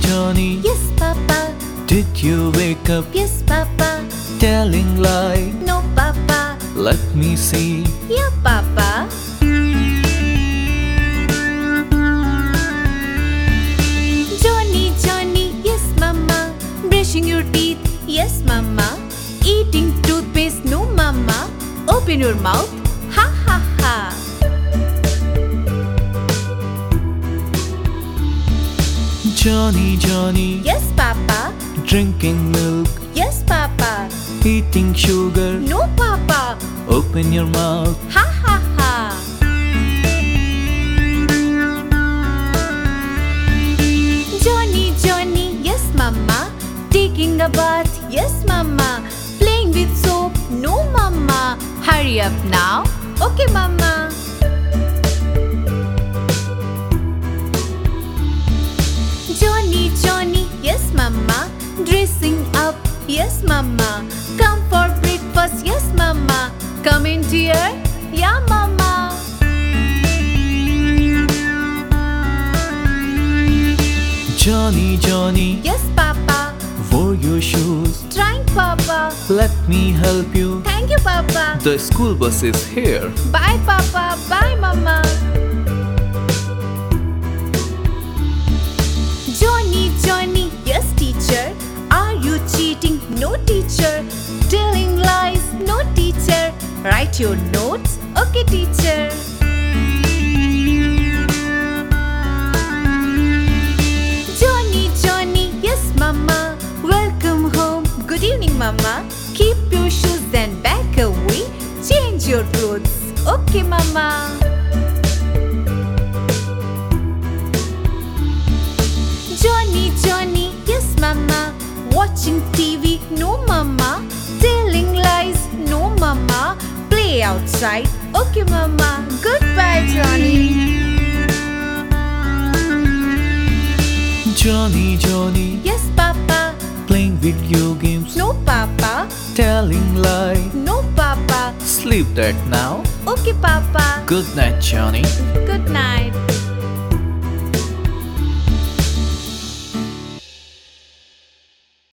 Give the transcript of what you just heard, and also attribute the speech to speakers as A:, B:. A: Johnny?
B: Yes, Papa.
A: Did you wake up
B: Yes, Papa.
A: telling lie?
B: No, Papa.
A: Let me see.
B: Yeah, Papa. Johnny, Johnny. Yes, Mama. Brushing your teeth. Yes, Mama. Eating toothpaste. No, Mama. Open your mouth. Ha ha ha.
A: Johnny, Johnny,
B: Yes, Papa.
A: drinking milk,
B: Yes, Papa.
A: eating sugar.
B: No, Papa.
A: Open your mouth.
B: Ha ha ha. Johnny, Johnny, yes, Mama. Taking a bath, yes, Mama. Playing with soap, no, Mama. Hurry up now. Okay, Mama. Johnny, Johnny, yes, Mama. Dressing up, yes, Mama. Come for breakfast, yes, Mama. Come in, dear. Yeah, Mama.
A: Johnny, Johnny,
B: Yes, Papa.
A: for your shoes.
B: Trying, Papa.
A: Let me help you.
B: Thank you, Papa.
A: The school bus is here.
B: Bye, Papa. Bye, Mama. Johnny, Johnny, yes, teacher. Are you cheating? No, teacher. Telling lies? No, teacher. Write your notes? Okay, teacher. Johnny, Johnny, yes, Mama. Welcome home. Good evening, Mama. Keep your shoes and back away. Change your clothes. Okay, Mama. Johnny, Johnny, yes, Mama. Watching TV, no, Mama. Telling lies, no, Mama. Play outside, okay, Mama. Goodbye, Johnny.
A: Johnny, Johnny,
B: Yes, Papa.
A: playing video games,
B: No, Papa.
A: telling lie.
B: No, Papa.
A: Sleep that now.
B: Okay, Papa.
A: Good night, Johnny.
B: Good night.